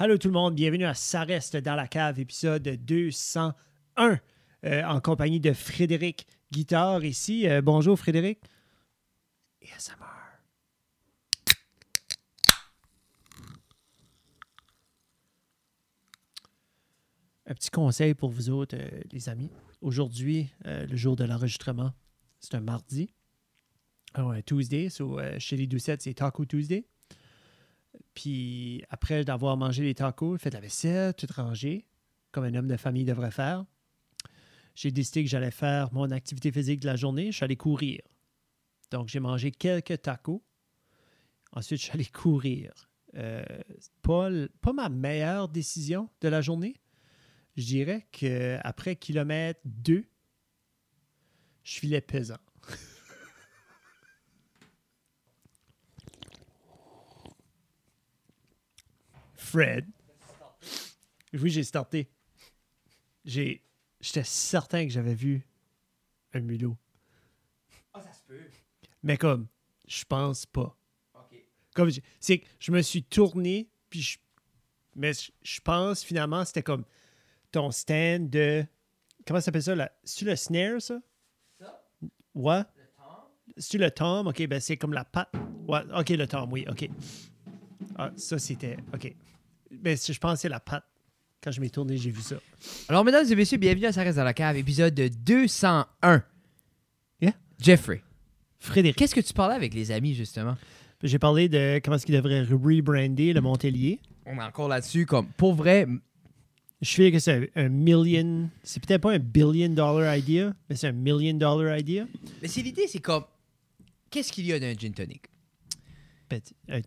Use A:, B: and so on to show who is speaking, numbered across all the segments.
A: Hello tout le monde, bienvenue à Ça reste dans la cave, épisode 201, euh, en compagnie de Frédéric Guitard ici. Euh, bonjour Frédéric. ASMR. Un petit conseil pour vous autres, euh, les amis. Aujourd'hui, euh, le jour de l'enregistrement, c'est un mardi. Alors, un Tuesday, so, euh, chez les Doucettes, c'est Taco Tuesday. Puis après d'avoir mangé les tacos, fait la vaisselle, tout rangé, comme un homme de famille devrait faire, j'ai décidé que j'allais faire mon activité physique de la journée. Je suis allé courir. Donc, j'ai mangé quelques tacos. Ensuite, je suis allé courir. Euh, pas, l- pas ma meilleure décision de la journée. Je dirais qu'après kilomètre 2, je filais pesant. Fred. Oui, j'ai starté. J'ai... J'étais certain que j'avais vu un mulot.
B: Ah, ça se peut.
A: Mais comme, je pense pas.
B: OK.
A: Comme, je- c'est que je me suis tourné, puis je... Mais je, je pense, finalement, c'était comme ton stand de... Comment ça s'appelle ça? la- C'est-tu le snare, ça?
B: Ça,
A: Ouais.
B: le temps.
A: C'est-tu le tom? OK, ben c'est comme la patte. Ouais, OK, le tom, oui, OK. Ah, ça, c'était... OK. Ben, c'est- je pense que c'est la patte. Quand je m'ai tourné, j'ai vu ça.
B: Alors, mesdames et messieurs, bienvenue à Ça reste dans la cave, épisode 201.
A: Yeah.
B: Jeffrey,
A: Frédéric.
B: qu'est-ce que tu parlais avec les amis, justement?
A: J'ai parlé de comment est-ce qu'il devrait rebrander le Montpellier.
B: On est encore là-dessus, comme, pour vrai, m-
A: Je fais que c'est un, un million... C'est peut-être pas un billion dollar idea, mais c'est un million dollar idea.
B: mais c'est l'idée, c'est comme, qu'est-ce qu'il y a d'un gin tonic?
A: Petit- Un,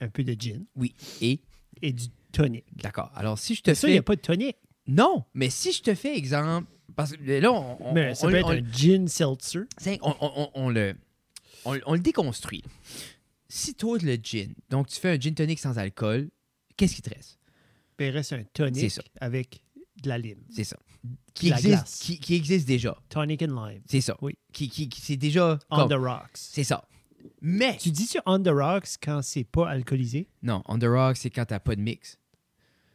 A: un peu de gin
B: Oui, et,
A: et du tonic.
B: d'accord, alors si je te
A: Ça, il
B: fais...
A: n'y a pas de tonic.
B: Non, mais si je te fais exemple, parce que là, on... on-
A: mais
B: on-
A: ça
B: on-
A: peut être
B: on-
A: un gin seltzer.
B: C'est- on, on- on- on le, on, on le déconstruit. Si toi, le gin, donc tu fais un gin tonic sans alcool, qu'est-ce qui te reste?
A: Puis il reste un
B: C'est
A: tonic
B: ça.
A: avec de la lime.
B: C'est ça. Qui
A: La
B: existe,
A: glace.
B: qui, qui existe déjà.
A: Tonic and lime.
B: C'est ça.
A: Oui.
B: Qui, qui, qui- c'est déjà.
A: On
B: comme-
A: the rocks.
B: C'est ça. Mais.
A: Tu dis-tu on the rocks quand c'est pas alcoolisé?
B: Non, on the rock, c'est quand t'as pas de mix.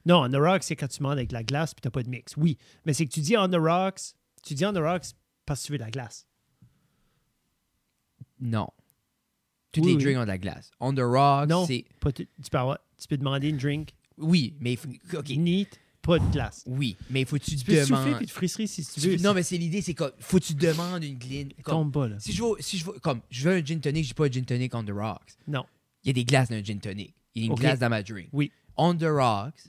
A: Non, on the rocks, c'est quand tu manges avec de la glace puis t'as pas de mix. Oui, mais c'est que tu dis on the rocks, tu dis on the rocks parce que tu veux de la glace.
B: Non. Toutes
A: Oui,
B: les
A: oui.
B: drinks ont de la glace. On the rock,
A: Non,
B: c'est.
A: pas t- tu, peux avoir- tu peux demander une drink
B: Oui, mais. il faut- OK.
A: neat, pas de glace.
B: Oui, mais faut que tu,
A: Tu peux souffler
B: demandes.
A: puis te frisserie si tu
B: Tu-
A: veux.
B: non, mais c'est l'idée, c'est comme. Faut que tu demandes une gline. comme-
A: tombe pas là.
B: Si je veux, si je veux, comme, je veux un gin tonic, j'ai pas un gin tonic on the rocks.
A: Non.
B: Il y a des glaces dans un gin tonic. Il y a une
A: Ok.
B: glace dans ma drink.
A: Oui.
B: On the rocks,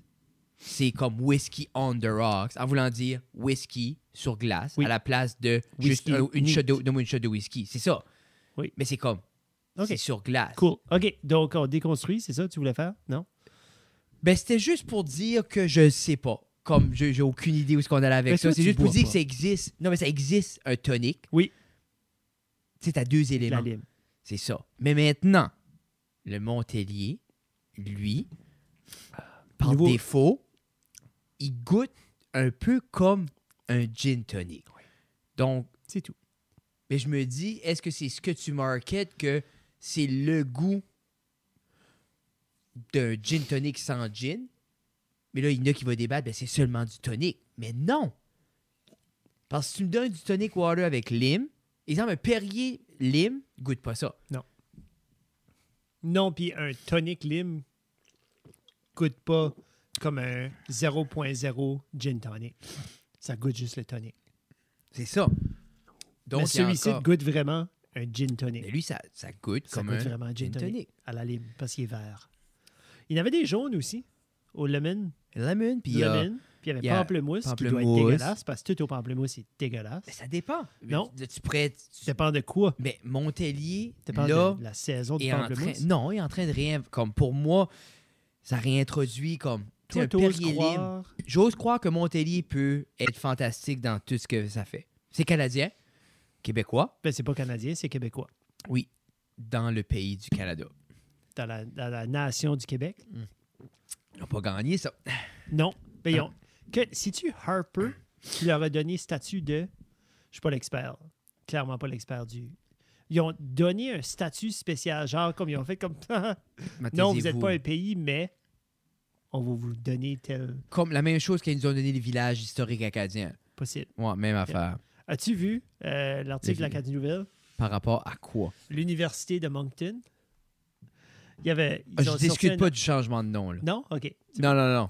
B: c'est comme whisky on the rocks, en voulant dire whisky sur glace
A: Oui.
B: à la place de juste
A: Whisky
B: un- une,
A: neat.
B: shot de, donne-moi une shot de whisky. C'est ça.
A: Oui.
B: Mais c'est comme,
A: Ok.
B: c'est sur glace.
A: Cool. OK, donc on déconstruit, c'est ça que tu voulais faire? Non?
B: Ben, c'était juste pour dire que je sais pas. Comme, je- j'ai aucune idée où est-ce qu'on allait avec
A: Mais
B: ça.
A: toi,
B: C'est
A: Ben, tu
B: juste pour
A: bois
B: dire
A: pas.
B: que ça existe. Non, mais ça existe un tonic.
A: Oui.
B: Tu sais, t'as deux
A: De
B: éléments.
A: La lime.
B: C'est ça. Mais maintenant, le Montellier, lui, par
A: Niveau-
B: défaut, il goûte un peu comme un gin tonic. Donc,
A: C'est tout.
B: mais je me dis, est-ce que c'est ce que tu marketes que c'est le goût d'un gin tonic sans gin? Mais là, il y en a qui vont débattre, ben, c'est seulement du tonic. Mais non! Parce que si tu me donnes du tonic water avec lime, exemple, un Perrier lime, goûte pas ça.
A: Non, puis un tonic lime coûte pas comme un 0.0 gin tonic. Ça goûte juste le tonic.
B: C'est ça. Donc,
A: Mais
B: il y a
A: celui-ci
B: encore-
A: goûte vraiment un gin tonic.
B: Mais lui, ça, ça goûte
A: ça
B: comme
A: goûte
B: un
A: vraiment un gin
B: gin
A: tonic, à la lime parce qu'il est vert. Il y en avait des jaunes aussi au lemon.
B: Lemon, puis il y a-
A: lemon puis il y avait
B: il y a
A: pamplemousse, qui doit être
B: pamplemousse.
A: dégueulasse parce que tout au pamplemousse est dégueulasse.
B: Mais Ben, ça dépend.
A: Non.
B: Tu, tu pourrais- tu-
A: Ça dépend de quoi?
B: Mais Montellier,
A: Ça dépend
B: là,
A: de la saison du
B: est en train...
A: pamplemousse.
B: Non, il est en train de rien... Comme pour moi, ça réintroduit comme... tu sais,
A: Toi,
B: un
A: t'oses
B: Perrier lime.
A: croire...
B: J'ose croire que Montellier peut être fantastique dans tout ce que ça fait. C'est canadien, québécois,
A: Ben, c'est pas canadien, c'est québécois.
B: oui, dans le pays du Canada.
A: Dans la- dans la nation du Québec.
B: Ils n'ont pas gagné ça.
A: Non. Ben, ils
B: Ah.
A: ont- que, si tu Harper, tu leur as donné statut de. Je suis pas l'expert. Clairement pas l'expert du. Ils ont donné un statut spécial, genre comme ils ont fait comme. non, vous n'êtes
B: Matisez-vous.
A: pas un pays, mais on va vous donner tel
B: Comme la même chose qu'ils nous ont donné les villages historiques acadiens.
A: possible.
B: Ouais, même affaire.
A: As-tu vu euh, l'article de
B: Les-
A: l'Acadie Nouvelle?
B: Par rapport à quoi?
A: L'université de Moncton. Il y avait. ils
B: Ah, je
A: ont sorti
B: discute
A: un-
B: pas du changement de nom, là.
A: Non? OK.
B: Non, non, non.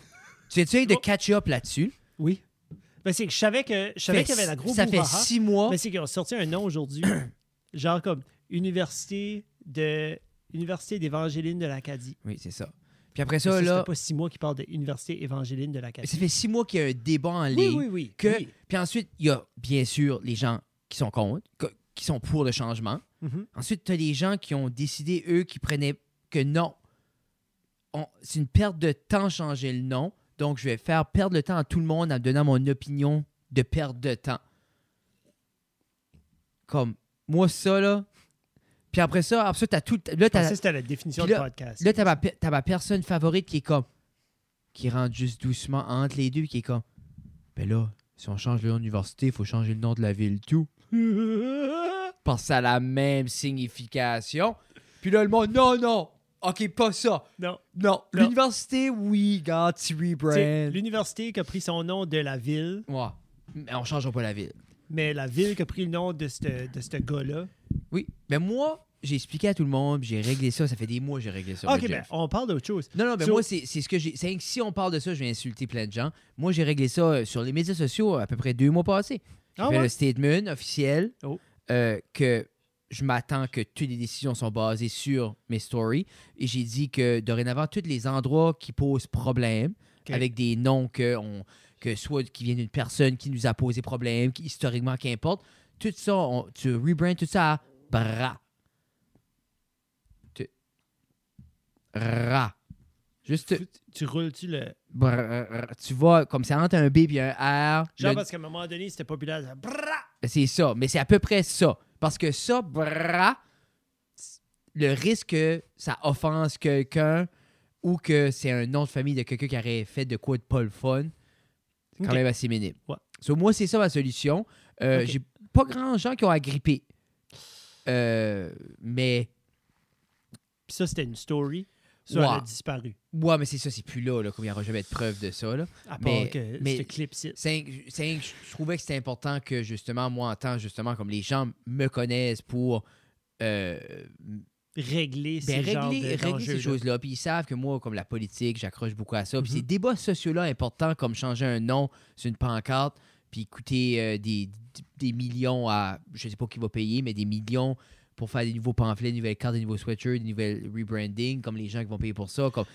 B: Tu essayes de
A: Oh.
B: catch up là-dessus.
A: Oui. Ben, c'est que je savais que je savais
B: Fait-
A: qu'il y avait la grosse
B: Ça fait six mois.
A: Mais c'est qu'ils ont sorti un nom aujourd'hui, genre comme Université de Université d'Évangéline de l'Acadie.
B: Oui, c'est ça. Puis après
A: Ça,
B: ça,
A: ça
B: là,
A: fait pas six mois qu'ils parlent d'Université Évangéline de l'Acadie.
B: ça fait six mois qu'il y a un débat en
A: Oui,
B: ligne.
A: oui, oui.
B: que-
A: oui.
B: Puis ensuite, il y a bien sûr les gens qui sont contre, que- qui sont pour le changement.
A: Mhm.
B: Ensuite, tu as les gens qui ont décidé, eux, qui prenaient que non, on- c'est une perte de temps changer le nom, donc je vais faire perdre le temps à tout le monde en donnant mon opinion de perte de temps. Comme, moi, ça, là. Puis après ça, après ça, t'as tout.
A: Je
B: Là,
A: pensais
B: t'as.
A: que c'était la définition
B: Puis
A: du podcast.
B: Là, t'as ma, pe- t'as ma personne favorite qui est comme. qui rentre juste doucement entre les deux, puis qui est comme. Ben là, si on change le nom de l'université, il faut changer le nom de la ville, tout. Parce que ça a la même signification. Puis là, le monde, non, non, ok, pas ça.
A: non.
B: Non,
A: Non.
B: l'université, oui, gars,
A: C'est
B: tu rebrand.
A: L'université qui a pris son nom de la ville,
B: Ouais, mais on changera pas la ville.
A: mais la ville qui a pris le nom de ce de ce gars-là.
B: Oui, mais moi, j'ai expliqué à tout le monde, puis j'ai réglé ça, ça fait des mois que j'ai réglé ça.
A: Ok,
B: moi,
A: ben,
B: Jeff.
A: on parle d'autre chose.
B: Non, non, mais
A: So-
B: moi, c'est c'est ce que j'ai. C'est que si on parle de ça, je vais insulter plein de gens. Moi, j'ai réglé ça euh, sur les médias sociaux à peu près deux mois passés. J'ai
A: Ah
B: fait
A: ouais?
B: le statement officiel
A: Oh.
B: euh, que je m'attends que toutes les décisions sont basées sur mes stories. Et j'ai dit que dorénavant, tous les endroits qui posent problème,
A: Ok.
B: avec des noms que, on, que soit qui viennent d'une personne qui nous a posé problème, qui, historiquement, qu'importe, tout ça, on- tu rebrands tout ça à bra. Tu- Ra. Juste
A: Tu, tu roules-tu le.
B: Brrr, tu vois, comme ça entre un B et un R,
A: Genre,
B: le-
A: parce qu'à un moment donné, c'était populaire. ça- Brrra!
B: c'est ça. Mais c'est à peu près ça. Parce que ça, brrra, le risque que ça offense quelqu'un ou que c'est un nom de famille de quelqu'un qui aurait fait de quoi de pas le fun, c'est quand
A: Ok.
B: même assez minime.
A: Ouais.
B: So, moi, c'est ça ma solution. Euh,
A: Ok.
B: J'ai pas grand gens qui ont agrippé. Euh, mais,
A: Puis ça, c'était une story. Ça, elle a
B: Ouais.
A: disparu.
B: ouais, mais c'est ça, c'est plus là, là comme il n'y aura jamais de preuve de ça. Là.
A: À part
B: Mais-
A: que
B: mais-
A: ce clip-ci.
B: C'est que- c'est que je trouvais que c'était important que justement, moi, en tant justement, comme les gens me connaissent pour euh,
A: Régler ces
B: ben,
A: genres
B: régler,
A: de-
B: régler ces
A: d'enjeux-là.
B: choses-là. Puis ils savent que moi, comme la politique, j'accroche beaucoup à ça. Puis
A: Mhm.
B: ces débats sociaux-là importants, comme changer un nom sur une pancarte, puis coûter euh, des, des millions à, je sais pas qui va payer, mais des millions pour faire des nouveaux pamphlets, des nouvelles cartes, des nouveaux sweatshirts, des nouvelles rebranding, comme les gens qui vont payer pour ça. Comme,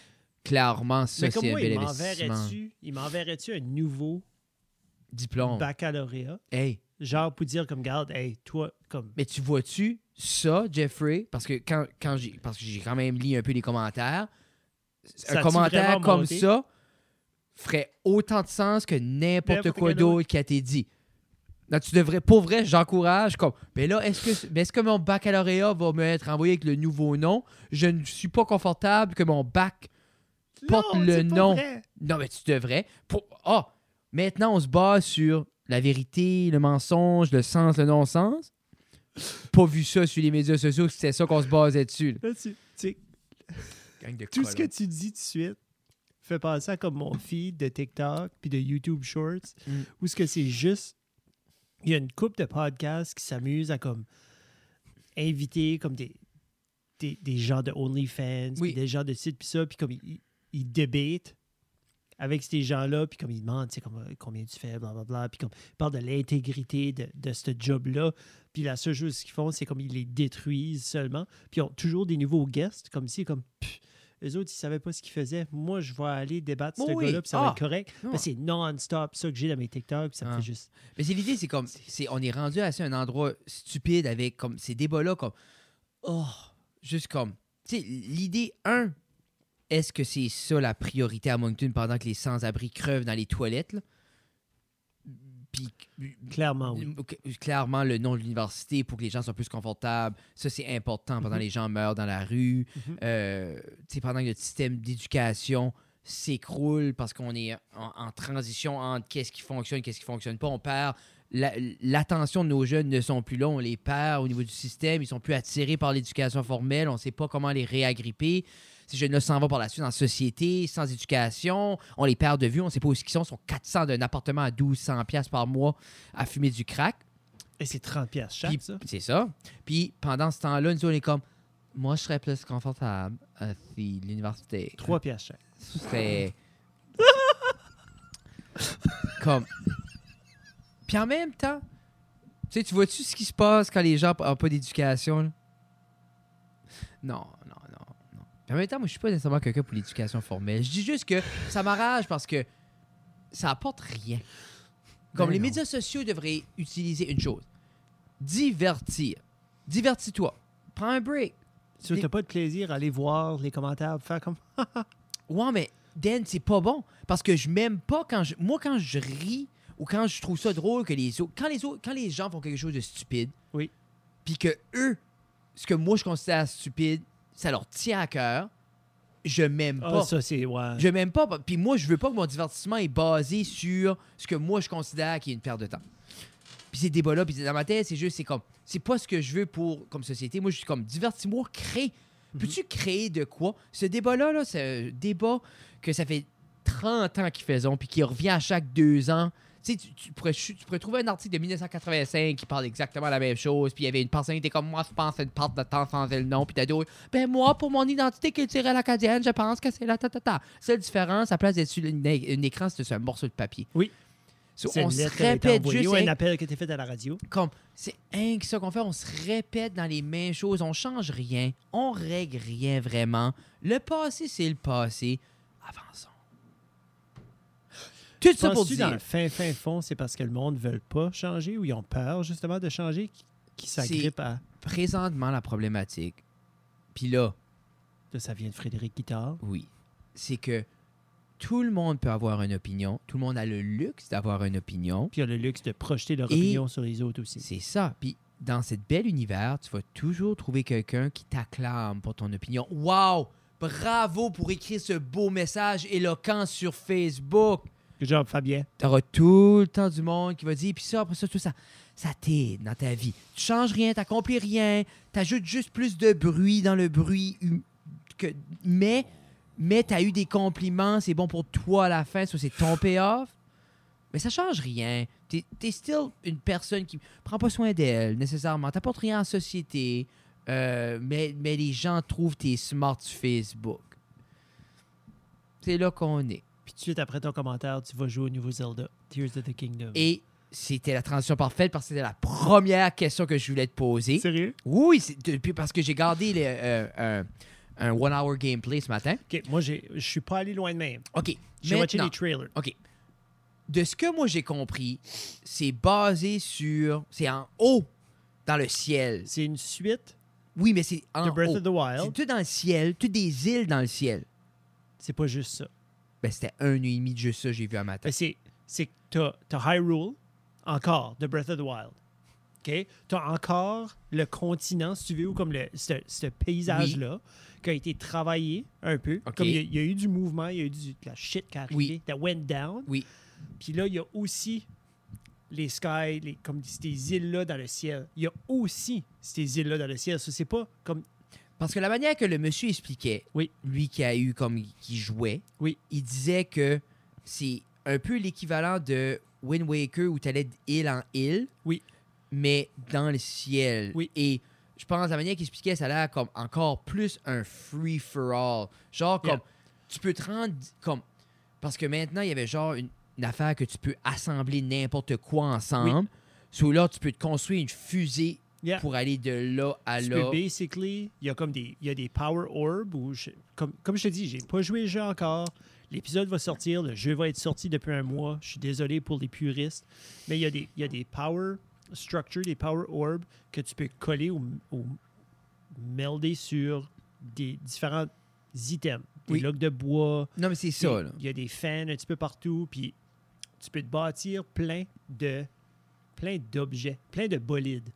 B: clairement, ça,
A: Mais comme
B: c'est un
A: moi,
B: bel
A: il
B: investissement.
A: m'enverrait-tu, il m'enverrait-tu un nouveau
B: Diplôme.
A: baccalauréat?
B: Hey,
A: Genre pour dire comme garde, hey, toi, comme
B: Mais tu vois-tu ça, Jeffrey? Parce que quand, quand j'ai parce que j'ai quand même lu un peu les commentaires,
A: Ça a-tu
B: un commentaire
A: vraiment
B: comme
A: monté?
B: ça ferait autant de sens que n'importe
A: N'importe
B: quoi
A: quel
B: d'autre qui a été dit. Non, tu devrais, pour vrai, j'encourage comme, mais là, est-ce que, mais est-ce que mon baccalauréat va me être envoyé avec le nouveau nom? Je ne suis pas confortable que mon bac porte
A: Non,
B: le
A: c'est pas
B: nom.
A: vrai.
B: Non, mais tu devrais. Pour... Ah! Maintenant, on se base sur la vérité, le mensonge, le sens, le non-sens. Pas vu ça sur les médias sociaux, c'était ça qu'on se basait dessus.
A: Là, tu- tu sais, tout ce que tu dis tout de suite fait penser à comme mon feed de TikTok puis de YouTube Shorts,
B: Mm.
A: où ce que c'est juste, il y a une couple de podcasts qui s'amusent à comme inviter comme des, des, des gens de OnlyFans,
B: Oui.
A: puis des gens de sites puis ça, puis comme ils, ils débattent avec ces gens-là, puis comme ils demandent, tu sais, comme, euh, combien tu fais, blablabla, puis comme ils parlent de l'intégrité de, de ce job-là, puis la seule chose qu'ils font, c'est comme ils les détruisent seulement, puis ils ont toujours des nouveaux guests, comme si, comme, pff, eux autres, ils savaient pas ce qu'ils faisaient, moi, je vais aller débattre ce
B: Oui, oui.
A: gars-là, puis ça va
B: Ah.
A: être correct,
B: Non.
A: mais c'est non-stop, ça que j'ai dans mes TikTok, puis ça me
B: Ah.
A: fait juste...
B: Mais c'est l'idée, c'est comme, c'est, on est rendu à ça, un endroit stupide avec comme ces débats-là, comme, oh, juste comme, tu sais, l'idée, un, est-ce que c'est ça la priorité à Moncton pendant que les sans-abri crevent dans les toilettes, là? Puis,
A: Clairement, oui.
B: Ok, Clairement, le nom de l'université pour que les gens soient plus confortables, ça c'est important pendant que les gens meurent dans la rue,
A: Mhm.
B: Euh, tu sais, pendant que notre système d'éducation s'écroule parce qu'on est en, en transition entre qu'est-ce qui fonctionne, qu'est-ce qui fonctionne pas, on perd la- l'attention de nos jeunes ne sont plus là, on les perd au niveau du système, ils sont plus attirés par l'éducation formelle, on sait pas comment les réagripper. Ces jeunes-là s'en vont par la suite en société, sans éducation. On les perd de vue, on ne sait pas où ils sont. Ils sont 400 d'un appartement à 1200 pièces par mois à fumer du crack.
A: Et c'est 30 pièces chaque,
B: Puis-
A: ça.
B: C'est ça. Puis pendant ce temps-là, nous, on est comme, moi, je serais plus confortable à si l'université.
A: 3 pièces chaque.
B: Ce serait. comme. Puis en même temps, tu sais, tu vois-tu ce qui se passe quand les gens n'ont pas d'éducation? là? Non, non, non, non. Puis en même temps, moi, je suis pas nécessairement quelqu'un pour l'éducation formelle. Je dis juste que ça m'arrache parce que ça apporte rien. Comme
A: Ben
B: les
A: non.
B: médias sociaux devraient utiliser une chose divertir. Divertis-toi. Prends un break.
A: Si
B: Des-
A: t'as pas de plaisir à aller voir les commentaires, faire comme.
B: Ouais, mais Dan, c'est pas bon. Parce que je m'aime pas quand je. Moi, quand je ris ou quand je trouve ça drôle que les autres. Quand les autres. Quand les gens font quelque chose de stupide.
A: Oui.
B: Puis que eux, ce que moi je considère stupide, ça leur tient à cœur. Je m'aime
A: Ah,
B: pas.
A: ça, c'est. Ouais.
B: je m'aime pas. bah, Puis moi, je veux pas que mon divertissement est basé sur ce que moi je considère qui est une perte de temps. Puis ces débats-là, puis dans ma tête, c'est juste, c'est comme. C'est pas ce que je veux pour comme société. Moi, je suis comme divertis-moi, crée. Peux-tu créer de quoi? Ce débat-là, là, c'est un débat que ça fait 30 ans qu'ils faisons, puis qui revient à chaque deux ans. Tu sais, tu, tu pourrais, chu- tu pourrais trouver un article de 1985 qui parle exactement la même chose, puis il y avait une personne qui était comme moi, je pense, à une part de temps sans le nom, puis t'as d'autres, ben moi, pour mon identité culturelle acadienne, je pense que c'est la ta ta ta. Seule différence, à place d'être sur une, un écran, c'est sur un morceau de papier.
A: Oui.
B: So,
A: C'est
B: on
A: une
B: se
A: lettre qui a été
B: répète
A: envoyée
B: juste hein.
A: ou un
B: hey,
A: appel qui a été fait à la radio.
B: comme c'est un que ça qu'on fait, on se répète dans les mêmes choses, on change rien, on règle rien vraiment. Le passé, c'est le passé. Avançons. Tout ça pour
A: Penses-tu dans
B: dire.
A: le fin, fin fond, c'est parce que le monde ne veut pas changer ou ils ont peur justement de changer qui- qui s'agrippent à.
B: Présentement, la problématique, puis là,
A: Là, ça vient de Frédéric Guitard.
B: oui, c'est que tout le monde peut avoir une opinion, tout le monde a le luxe d'avoir une opinion.
A: Puis il y a le luxe de projeter leur
B: Et-
A: opinion sur les autres aussi.
B: C'est ça. Puis dans cette belle univers, tu vas toujours trouver quelqu'un qui t'acclame pour ton opinion. Wow! Bravo pour écrire ce beau message éloquent sur Facebook.
A: Genre, Fabien,
B: T'auras tout le temps du monde qui va dire, puis ça, après ça, tout ça, ça t'aide dans ta vie. Tu changes rien, t'accomplis rien, t'ajoutes juste plus de bruit dans le bruit. hum- Que, mais, mais t'as eu des compliments, c'est bon pour toi à la fin, ça c'est ton payoff. Mais ça change rien. T'es es still une personne qui prend pas soin d'elle nécessairement. T'apportes rien en société, euh, mais, mais les gens trouvent tes smart sur Facebook. C'est là qu'on est.
A: puis tout de suite après ton commentaire, tu vas jouer au nouveau Zelda, Tears of the Kingdom.
B: Et c'était la transition parfaite parce que c'était la première question que je voulais te poser.
A: Sérieux?
B: Oui, c'est- depuis parce que j'ai gardé le, euh, euh, un one-hour gameplay ce matin.
A: Ok, moi, j'ai- je suis pas allé loin de même.
B: OK.
A: J'ai watché
B: maintenant,
A: les trailers.
B: OK. De ce que moi j'ai compris, c'est basé sur. C'est en haut dans le ciel.
A: C'est une suite
B: Oui, mais c'est en
A: de Breath
B: haut.
A: of the
B: C'est
A: Wild.
B: tout dans le ciel, toutes des îles dans le ciel.
A: C'est pas juste ça.
B: Ben, c'était un et demi de jeu, ça, j'ai vu un matin.
A: Ben, c'est c'est que t'as as Hyrule, encore, de Breath of the Wild. OK? T'as encore le continent, si tu veux, ou comme le, ce, ce paysage-là, qui a été travaillé un peu.
B: OK.
A: Comme il y, a- il y a eu du mouvement, il y a eu du, de la shit qui a arrivé,
B: Oui.
A: that went down.
B: Oui.
A: Puis là, il y a aussi les skies, les, comme ces îles-là dans le ciel. Il y a aussi ces îles-là dans le ciel. Ça, c'est pas comme...
B: Parce que la manière que le monsieur expliquait,
A: Oui.
B: lui qui a eu comme qui jouait,
A: Oui.
B: il disait que c'est un peu l'équivalent de Wind Waker où tu allais d'île en île,
A: Oui.
B: mais dans le ciel.
A: Oui.
B: Et je pense la manière qu'il expliquait, ça a l'air comme encore plus un free for all, genre comme
A: Yeah.
B: tu peux te rendre comme parce que maintenant il y avait genre une, une affaire que tu peux assembler n'importe quoi ensemble. Sous là, tu peux te construire une fusée
A: Yeah.
B: pour aller de là à
A: Tu
B: là.
A: peux basically, il y a comme des, il y a des power orbs où, je- comme, comme je te dis, j'ai pas joué le jeu encore. L'épisode va sortir, le jeu va être sorti depuis un mois. Je suis désolé pour les puristes, mais il y a des, il y a des power structures, des power orbs que tu peux coller ou, ou melder sur des différents items, des
B: Oui.
A: logs de bois.
B: Non mais c'est
A: des-
B: ça. Là.
A: Il y a des fans un petit peu partout, puis tu peux te bâtir plein de plein d'objets, plein de bolides.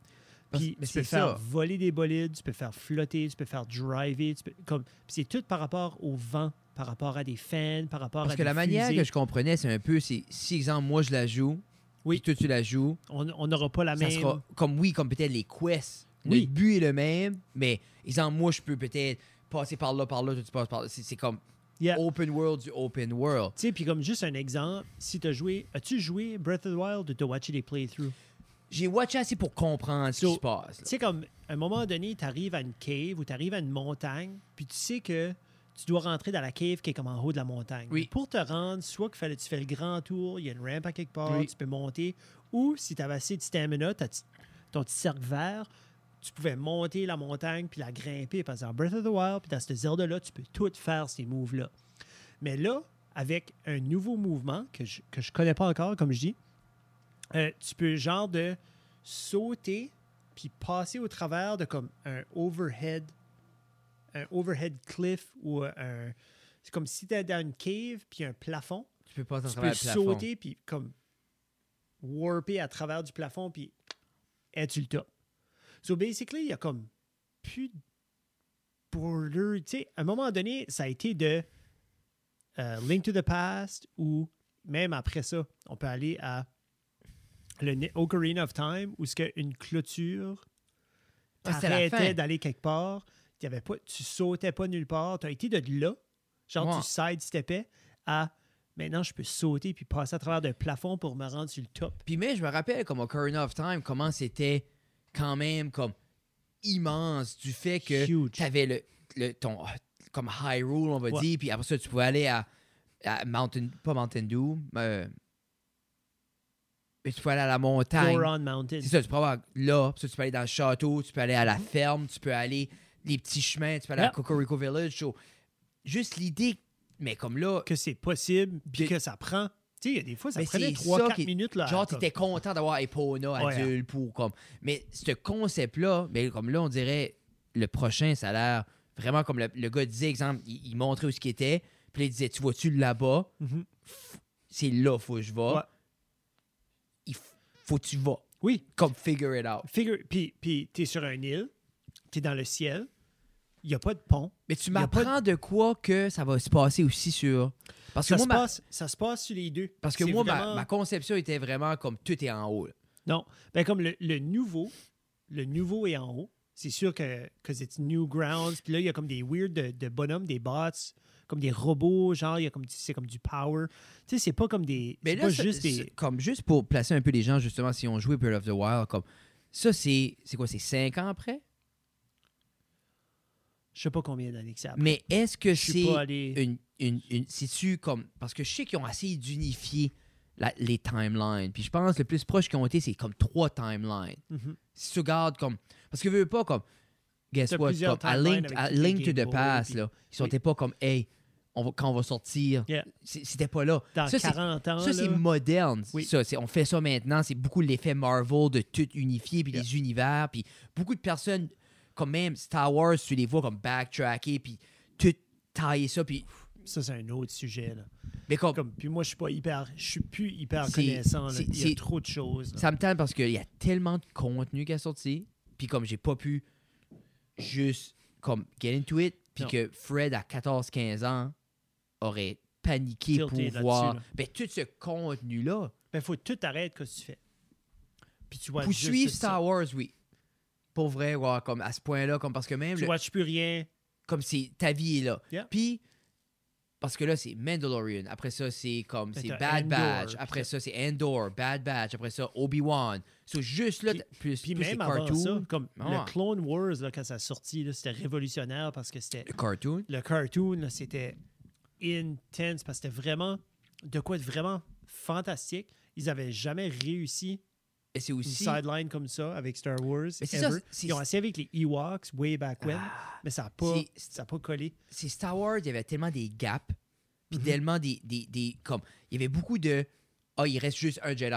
B: Parce-
A: Puis
B: mais
A: tu peux
B: c'est
A: faire
B: ça.
A: voler des bolides, tu peux faire flotter, tu peux faire driver, tu peux- comme puis c'est tout par rapport au vent, par rapport à des fans, par rapport
B: Parce
A: à
B: que
A: des
B: la manière
A: fusées.
B: que je comprenais, c'est un peu, c'est si, exemple, moi je la joue,
A: Oui.
B: puis toi tu la joues,
A: on on n'aura pas la
B: ça
A: même
B: sera comme oui, comme peut-être les quests.
A: Oui.
B: Le but est le même, mais exemple, moi je peux peut-être passer par là, par là, tu passes par là. C'est c'est comme
A: Yeah.
B: open world du open world.
A: Tu sais, puis comme juste un exemple, si t'as joué, as-tu joué Breath of the Wild ou t'as watché des playthroughs?
B: J'ai watché assez pour comprendre ce
A: So,
B: qui se passe.
A: Tu
B: là.
A: sais, comme à un moment donné, t'arrives à une cave ou t'arrives à une montagne, puis tu sais que tu dois rentrer dans la cave qui est comme en haut de la montagne.
B: Oui.
A: Mais Pour te rendre, soit que fallait, tu fais le grand tour, il y a une rampe à quelque part,
B: Oui.
A: tu peux monter, ou si t'avais assez de stamina, t'as t- ton petit cercle vert, tu pouvais monter la montagne puis la grimper. Parce que dans Breath of the Wild, puis dans ce Zelda-là, tu peux tout faire ces moves-là. Mais là, avec un nouveau mouvement que je, que je connais pas encore, comme je dis, euh, tu peux genre de sauter puis passer au travers de comme un overhead, un overhead cliff ou un... C'est comme si tu étais dans une cave puis un plafond.
B: Tu peux passer à
A: Tu
B: travers
A: peux
B: le plafond.
A: sauter puis comme warper à travers du plafond puis es-tu le top. So basically, il y a comme plus de border. Tu sais, à un moment donné, ça a été de euh, Link to the Past ou même après ça, on peut aller à le Ni- Ocarina of Time où ce que une clôture
B: Ah, c'est la fin.
A: t'arrêtait d'aller quelque part. Il y avait pas, tu sautais pas nulle part. Tu as été de là. Genre,
B: Ouais.
A: tu sidesteppais à maintenant, je peux sauter puis passer à travers d'un plafond pour me rendre sur le top.
B: Puis mais je me rappelle comme Ocarina of Time, comment c'était quand même comme immense du fait que
A: Huge.
B: tu avais le, le- ton ah, comme Hyrule, on va
A: Ouais.
B: dire, puis après ça tu pouvais aller à, à Mountain pas Mountain Dew, mais mais tu pouvais aller à la montagne.
A: Goron Mountain.
B: C'est ça, tu peux avoir là, puis ça, tu peux aller dans le château, tu peux aller à la ferme, tu peux aller les petits chemins, tu peux aller
A: Yeah.
B: à Cocorico Village. so, juste l'idée, mais comme là,
A: Que c'est possible puis
B: Puis-
A: que ça prend. Tu sais, il y a des fois, ça
B: Mais
A: prenait
B: c'est
A: 3-4
B: ça qui-
A: minutes. Là,
B: Genre,
A: comme-
B: t'étais content d'avoir Epona
A: Ouais. hein.
B: adulte pour comme. Mais ce concept-là, mais comme là, on dirait le prochain, ça a l'air vraiment comme le, le gars disait, exemple, il, il montrait où ce qu'il était, puis là, il disait, tu vois-tu là-bas,
A: Mhm.
B: c'est là faut que je vais.
A: Ouais.
B: Il f- faut que tu vas.
A: Oui.
B: Comme figure it out.
A: Figure, puis, puis t'es sur une île, t'es dans le ciel, il n'y a pas de pont.
B: Mais tu
A: Y a pas
B: m'apprends de quoi que ça va se passer aussi sur. Parce
A: Ça,
B: que moi,
A: se,
B: ma,
A: passe, ça se passe sur les deux.
B: parce que
A: C'est
B: moi ma,
A: vraiment-
B: ma conception était vraiment comme tout est en haut. là.
A: Non. Ben, comme le, le nouveau, le nouveau est en haut. C'est sûr que que c'est new grounds. Puis là, il y a comme des weird de, de bonhommes, des bots, comme des robots, genre, il y a comme, c'est comme du power. Tu sais, c'est pas comme des.
B: Mais
A: c'est
B: là,
A: pas
B: ça-
A: juste
B: ça-
A: des.
B: comme juste pour placer un peu les gens, justement, si on jouait Breath of the Wild, comme ça, c'est c'est quoi, c'est cinq ans après?
A: Je sais pas combien d'années que ça a pris.
B: Mais est-ce que
A: Je suis
B: c'est euh,
A: pas allé.
B: une, une, une tu comme parce que je sais qu'ils ont essayé d'unifier la- les timelines. Puis je pense le plus proche qu'ils ont été, c'est comme trois timelines.
A: Mhm.
B: Si tu regardes comme parce que veux veux pas comme guess
A: T'as
B: what,
A: plusieurs
B: comme, à
A: timelines
B: Link,
A: avec
B: à
A: toutes les
B: Link
A: Game
B: to the
A: Boy,
B: Past
A: puis-
B: là, ils sont
A: oui.
B: pas comme hey, on va, quand on va sortir,
A: Yeah.
B: c'est- c'était pas là.
A: Dans
B: Ça, c'est-
A: 40 ans.
B: Ça, c'est
A: Oh, là,
B: moderne.
A: Oui.
B: Ça, c'est- on fait ça maintenant. C'est beaucoup l'effet Marvel de tout unifier, puis
A: Yeah.
B: les univers, puis beaucoup de personnes, comme même Star Wars, tu les vois comme backtracker, puis tout tailler ça, puis...
A: ça, c'est un autre sujet. Là.
B: Mais comme,
A: Comme, puis moi, je suis pas hyper. Je suis plus hyper
B: C'est-
A: connaissant. là.
B: c'est-
A: Il y a
B: c'est-
A: trop de choses. là.
B: ça me tente parce qu'il y a tellement de contenu qui a sorti, puis comme j'ai pas pu juste, comme, get into it, puis
A: Non.
B: que Fred, à 14-15 ans, aurait paniqué
A: Tilté là-dessus,
B: pour voir...
A: là.
B: Ben, tout ce contenu-là...
A: Ben, faut tout arrêter que tu fais. Puis tu vois.
B: Pour suivre Star Wars, oui. Pour vrai, ouais, comme à ce point-là, comme parce que même
A: Tu
B: le-
A: watches plus rien.
B: comme c'est ta vie est là.
A: Yeah.
B: Puis parce que là c'est Mandalorian, après ça c'est comme
A: Mais
B: c'est
A: t'as
B: Bad
A: Andor,
B: Batch,
A: puis
B: après
A: t'as-
B: ça c'est Endor, Bad Batch, après ça Obi-Wan. C'est juste là
A: Puis-
B: t'as- plus
A: Puis
B: plus les
A: même avant ça,
B: cartoons, Ah.
A: comme
B: Ouais.
A: le Clone Wars, là, quand ça a sorti, là, c'était révolutionnaire parce que c'était
B: le cartoon.
A: le cartoon, là, c'était intense parce que c'était vraiment de quoi de vraiment fantastique. Ils avaient jamais réussi
B: Et c'est
A: une
B: aussi
A: sideline comme ça avec Star Wars.
B: Mais c'est ça,
A: ever.
B: c'est- Ah.
A: Ils ont essayé avec les Ewoks way back when, mais ça n'a pas,
B: c'est-
A: ça a pas collé.
B: c'est Star Wars, il y avait tellement des gaps, puis tellement des, des, des- comme il y avait beaucoup de ah il reste juste un Jedi.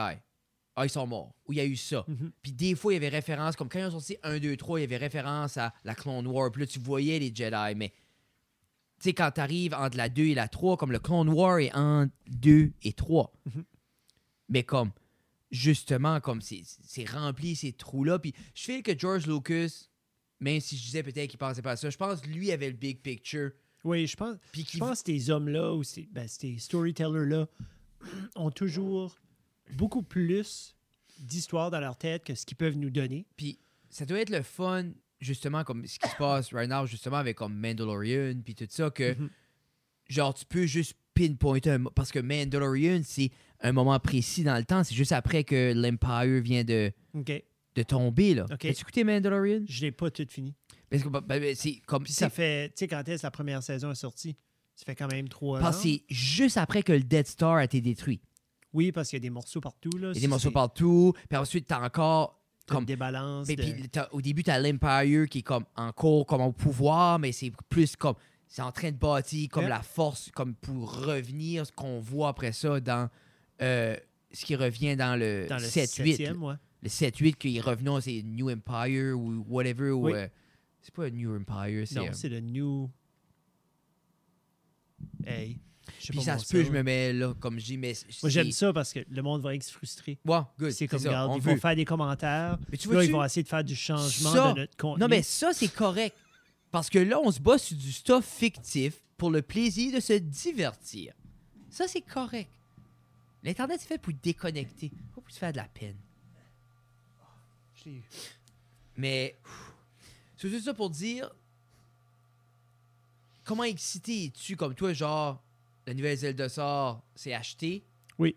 B: Ah, ils sont morts. Ou il y a eu ça.
A: Mhm.
B: Puis des fois, il y avait référence, comme quand ils ont sorti 1, 2, 3, il y avait référence à la Clone War. Puis là, tu voyais les Jedi. Mais, tu sais, quand t'arrives entre la 2 et la 3, comme le Clone War est entre 2 et 3. Mais comme, justement, comme c'est- c'est rempli ces trous-là. Puis je fais que George Lucas, même si je disais peut-être qu'il pensait pas à ça, je pense que lui avait le big picture.
A: Oui, je pense,
B: Puis
A: je
B: qu'il
A: pense que ces hommes-là ou ces, ben, ces storytellers-là ont toujours beaucoup plus d'histoires dans leur tête que ce qu'ils peuvent nous donner.
B: Puis ça doit être le fun, justement, comme ce qui se passe right now, justement, avec comme Mandalorian, puis tout ça, que
A: Mhm.
B: genre, tu peux juste pinpointer un mo- Parce que Mandalorian, c'est un moment précis dans le temps. C'est juste après que l'Empire vient de,
A: OK.
B: de tomber, là.
A: Ok.
B: As-tu écouté Mandalorian?
A: Je l'ai pas tout fini.
B: Parce que bah, bah, bah, c'est comme.
A: Puis ça fait, tu sais, quand est-ce la première saison est sortie? Ça fait quand même trois
B: parce
A: ans.
B: que c'est juste après que le Dead Star a été détruit.
A: Oui, parce qu'il y a des morceaux partout. Là,
B: Il y a des
A: C'est-
B: morceaux partout, puis ensuite, t'as encore.
A: t'as
B: Comme,
A: Des balances.
B: mais
A: de-
B: puis, t'as- au début, t'as l'Empire qui est comme en cours, comme au pouvoir, mais c'est plus comme. C'est en train de bâtir comme
A: Ouais.
B: la force, comme pour revenir, ce qu'on voit après ça dans. euh, ce qui revient dans le
A: dans le
B: 7-8. là.
A: septième, ouais.
B: Le 7-8, qu'ils revenons, c'est New Empire ou whatever. ou,
A: Oui.
B: euh, c'est pas New Empire, c'est.
A: Non,
B: euh,
A: c'est le New. Hey. je sais
B: Puis
A: pas
B: ça
A: mon
B: se peut, je
A: cerveau.
B: me mets là, comme j'y mets.
A: Moi, j'aime ça parce que le monde va être frustré.
B: Ouais, good.
A: C'est comme,
B: ça,
A: regarde,
B: on
A: ils
B: veut.
A: vont faire des commentaires.
B: Mais tu
A: Là, ils
B: vois-tu?
A: vont essayer de faire du changement
B: Ça-
A: de notre contenu.
B: Non, mais ça, c'est correct. Parce que là, on se bat sur du stuff fictif pour le plaisir de se divertir. Ça, c'est correct. L'Internet, c'est fait pour déconnecter, pas pour se faire de la peine. Mais c'est juste ça pour dire comment excité es-tu comme toi, genre la nouvelle Zelda sort, c'est acheté.
A: Oui.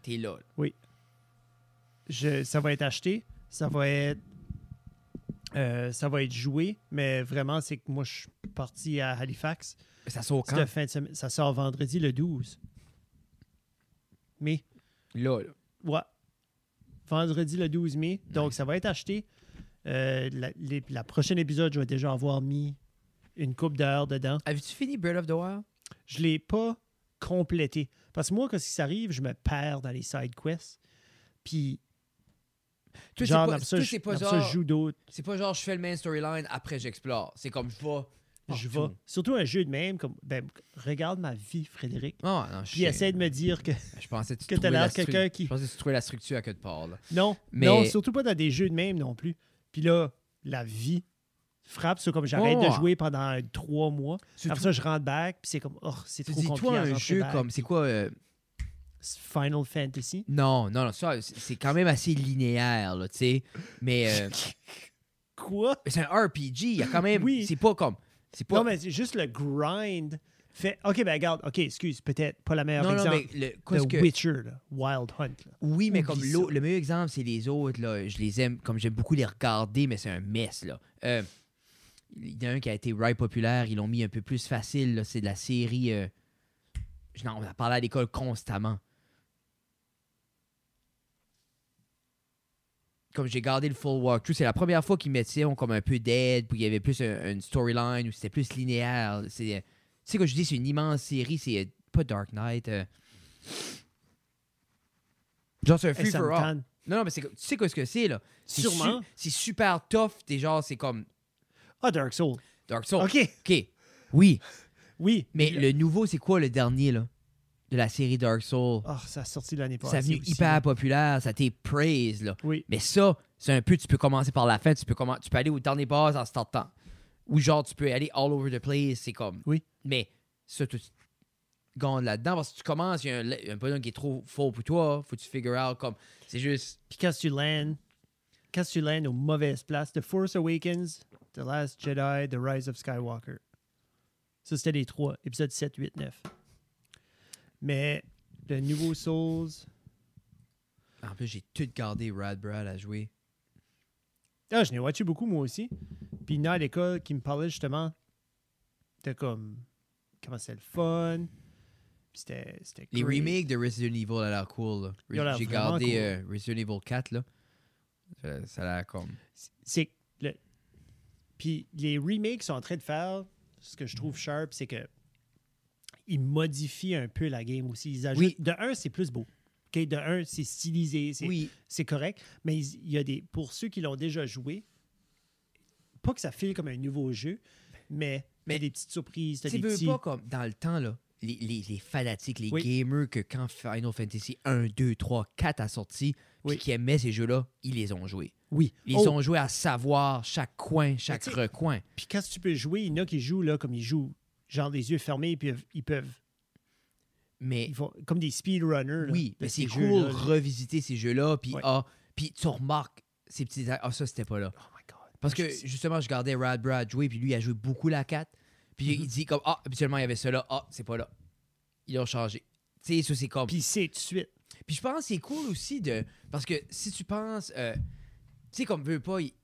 B: T'es là.
A: Je- ça va être acheté, ça va être. euh, ça va être joué, mais vraiment, c'est que moi, je suis parti à Halifax.
B: Mais ça sort
A: Cette fin de semaine- ça sort vendredi le 12. Mais,
B: Là, là.
A: ouais. Vendredi le 12 mai. Donc, ça va être acheté. Euh, la, les- la prochaine épisode, je vais déjà avoir mis une coupe d'heures dedans.
B: Avais-tu fini Breath of the Wild?
A: Je l'ai pas complété. Parce que moi, quand ça arrive, je me perds dans les side quests. Puis, genre,
B: Toi, c'est pas,
A: après ça,
B: toi,
A: je-
B: c'est pas
A: après ça,
B: genre,
A: je joue d'autres.
B: c'est pas genre je fais le main storyline, après j'explore. C'est comme je vais.
A: Je vais.
B: partout.
A: Surtout un jeu de même, comme ben, regarde ma vie, Frédéric.
B: Ah, non, je
A: Puis
B: sais.
A: essaie de me dire que.
B: Je pensais que tu
A: que t'as
B: trouvais
A: l'air
B: la stru-
A: quelqu'un qui-
B: Je pensais que tu trouvais la structure à quelque part. Là.
A: Non,
B: Mais-
A: non, surtout pas dans des jeux de même non plus. Puis là, la vie frappe. C'est comme j'arrête
B: Ouais,
A: de
B: ouais.
A: jouer pendant trois mois.
B: Surtout-
A: Après ça, je rentre back, puis c'est comme, oh, c'est
B: tu
A: trop
B: dis,
A: compliqué.
B: toi,
A: à
B: un
A: rentrer
B: jeu
A: back.
B: comme. C'est quoi euh,
A: Final Fantasy.
B: Non, non, non, ça, c'est c'est quand même assez linéaire, là, tu sais. Mais euh,
A: Quoi?
B: mais c'est un RPG, il y a quand même.
A: Oui.
B: C'est pas comme. C'est pas.
A: Non, mais c'est juste le grind. Fait, ok, ben regarde, ok, excuse, peut-être pas la meilleure
B: non, non,
A: exemple.
B: mais le, qu'est-ce
A: The
B: que-
A: Witcher, là, Wild Hunt. là.
B: Oui, mais
A: Oublie
B: comme l'au-
A: ça.
B: le meilleur exemple, c'est les autres. Là. Je les aime, comme j'aime beaucoup les regarder, mais c'est un mess. Là. Euh, il y en a un qui a été right populaire, ils l'ont mis un peu plus facile. là. C'est de la série. euh, je- non, on en parlait à l'école constamment. Comme j'ai gardé le full walkthrough, c'est la première fois qu'ils mettaient on, comme un peu d'aide, puis il y avait plus un- une storyline, où c'était plus linéaire. C'est, euh, tu sais, quand je dis c'est une immense série, c'est euh, pas Dark Knight. euh, Genre, c'est un
A: Eh,
B: free
A: ça
B: for
A: me
B: all.
A: tente.
B: Non, non, mais c'est, comme- tu sais quoi ce que c'est, là? C'est
A: Sûrement.
B: su- c'est super tough. T'es genre, c'est comme
A: Ah, Dark Souls.
B: Dark Souls.
A: Ok,
B: OK. Oui.
A: oui.
B: Mais le nouveau, c'est quoi le dernier, là? De la série Dark Souls.
A: Ah, ça a sorti l'année
B: ça a
A: passée.
B: venu
A: aussi,
B: hyper
A: là.
B: populaire. Ça a été praise, là.
A: Oui.
B: Mais ça, c'est un peu, tu peux commencer par la fin. Tu peux, commen- tu peux aller au dernier boss en startant. Ou genre, tu peux aller all over the place. C'est comme.
A: Oui.
B: Mais ça, tu gondes là-dedans. Parce que tu commences, il y a un, le- un bonhomme qui est trop fort pour toi. Faut que tu figure out, comme. C'est juste.
A: Puis quand tu landes, quand tu landes aux mauvaises places, The Force Awakens, The Last Jedi, The Rise of Skywalker. Ça, c'était les trois, épisode 7, 8, 9. Mais le nouveau Souls,
B: En plus, j'ai tout gardé Rad Brad à jouer.
A: ah, je n'ai watché beaucoup moi aussi. Puis il y en a à l'école qui me parlait justement de comme comment c'est le fun. Puis c'était c'était
B: Les
A: great.
B: remakes de Resident Evil a l'air cool. là.
A: Ils ont l'air
B: J'ai
A: vraiment
B: gardé
A: cool.
B: euh, Resident Evil 4 là. Ça, ça a l'air comme.
A: c'est le puis les remakes sont en train de faire ce que je trouve sharp c'est que ils modifient un peu la game aussi ils ajoutent
B: Oui.
A: de un c'est plus beau OK? de un c'est stylisé c'est
B: Oui.
A: c'est correct mais ils- il y a des pour ceux qui l'ont déjà joué pas que ça file comme un nouveau jeu mais mais
B: Mais
A: des petites surprises t'as
B: Tu
A: des
B: veux
A: petits
B: pas comme dans le temps là. Les, les- les fanatiques, les
A: Oui.
B: gamers que quand Final Fantasy 1, 2, 3, 4 a sorti, puis
A: Oui.
B: qui aimaient ces jeux-là, ils les ont joués.
A: oui
B: Ils
A: Oh,
B: ont joué à savoir chaque coin, chaque
A: tu sais-
B: recoin.
A: puis quand tu peux jouer il y en a qui jouent là comme ils jouent genre les yeux fermés puis ils peuvent
B: Mais
A: ils font comme des speedrunners là,
B: oui,
A: de
B: mais
A: ces
B: c'est cool
A: jeux-là, là.
B: revisiter ces jeux-là, puis
A: Ouais.
B: ah, puis tu remarques ces petits ah ça c'était pas là.
A: oh my god
B: Parce que
A: Je sais.
B: justement, je regardais Rad Brad jouer, puis lui, il a joué beaucoup la 4. Puis
A: Mhm.
B: il dit comme Ah, habituellement, il y avait ça là. Ah, c'est pas là. Ils l'ont changé. Tu sais, ça, c'est comme.
A: Puis c'est tout de suite.
B: Puis je pense que c'est cool aussi de. Parce que si tu penses. euh, tu sais, comme veut pas. il-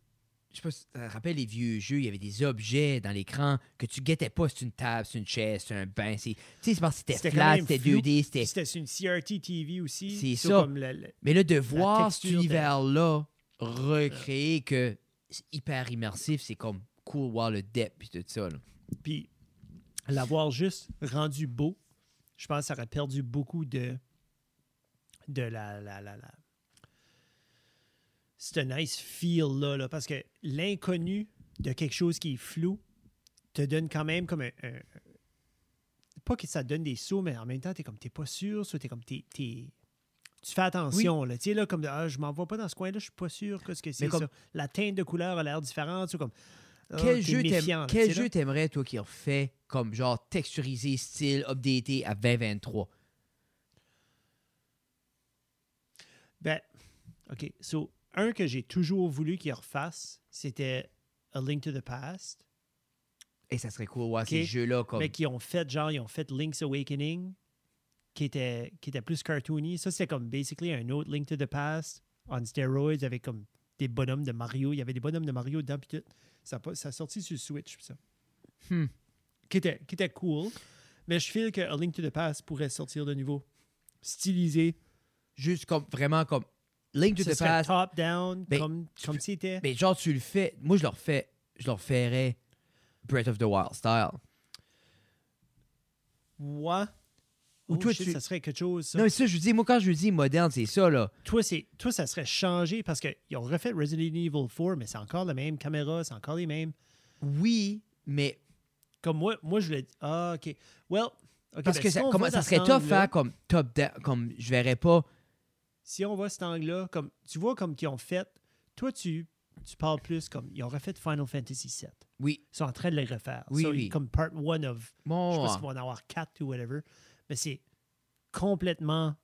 B: Je sais pas si tu te rappelles les vieux jeux, il y avait des objets dans l'écran que tu guettais pas. C'est une table, c'est une chaise, c'est un bain. c'est- Tu sais, c'est parce que c'était
A: C'était quand
B: flat,
A: même
B: c'était
A: flou.
B: 2D, c'était.
A: C'était sur une CRT TV aussi.
B: C'est
A: So,
B: ça.
A: Comme le- le-
B: Mais là, de voir cet
A: texture de- Euh.
B: univers-là recréé, que c'est hyper immersif, c'est comme cool, voir le depth puis tout ça. là.
A: Puis l'avoir juste rendu beau, je pense que ça aurait perdu beaucoup de, de la, la, la, la- ce nice feel-là. là, parce que l'inconnu de quelque chose qui est flou te donne quand même comme un... un- pas que ça te donne des sauts, mais en même temps, t'es comme, t'es pas sûr, soit t'es comme, t'es... t'es- tu fais attention, là. Tu sais, là, comme, ah, je m'en vais pas dans ce coin-là, je suis pas sûr que ce que c'est
B: comme-
A: ça. La teinte de couleur a l'air différente, tu sais, comme... ah,
B: quel
A: t'es
B: jeu t'aimes-
A: méfiant, là,
B: quel
A: tu sais, là.
B: jeu t'aimerais, toi, qui refait comme genre texturisé, style, updaté à 2023?
A: Ben, OK. So, un que j'ai toujours voulu qu'ils refassent, c'était A Link to the Past.
B: Et Eh, ça serait cool, ouais,
A: Ok.
B: ces jeux-là, comme.
A: Mais qui ont fait, genre, ils ont fait Link's Awakening, qui était, qui était plus cartoony. Ça, c'était comme basically un autre Link to the Past on steroids avec comme des bonhommes de Mario. Il y avait des bonhommes de Mario dedans, puis tout. Ça, a pas- ça a sorti sur Switch, puis ça.
B: Hmm.
A: Qui, était, qui était cool. Mais je feel que A Link to the Past pourrait sortir de nouveau. Stylisé.
B: Juste comme, vraiment comme. Link to
A: Ça
B: the
A: serait
B: Past.
A: top-down,
B: Ben,
A: comme
B: tu
A: comme
B: peux-
A: c'était.
B: Mais genre, tu le fais. Moi, je le refais. Je le referais Breath of the Wild style.
A: Ouais.
B: Ou
A: Oh
B: toi,
A: shit,
B: tu-
A: ça serait quelque chose. ça.
B: Non, mais ça, je dis, moi, quand je dis moderne, c'est ça, là.
A: Toi, c'est, toi, ça serait changé parce qu'ils ont refait Resident Evil 4, mais c'est encore la même caméra, c'est encore les mêmes.
B: Oui, mais
A: Comme moi, moi je l'ai dit. Ah, OK. Well, OK,
B: Parce
A: ben,
B: que
A: si
B: ça,
A: on
B: comment-
A: va
B: ça
A: dans
B: serait
A: cet
B: tough hein?
A: angle-là-
B: faire comme top down, comme je verrais pas.
A: Si on voit cet angle-là, comme, tu vois comme qu'ils ont fait... Toi, tu, tu parles plus comme... Ils ont refait Final Fantasy VII.
B: Oui,
A: Ils sont en train de le refaire.
B: Oui,
A: So,
B: oui. Oh.
A: Comme part one of... Je sais
B: bon.
A: pas s'ils vont en avoir quatre ou whatever, mais c'est complètement,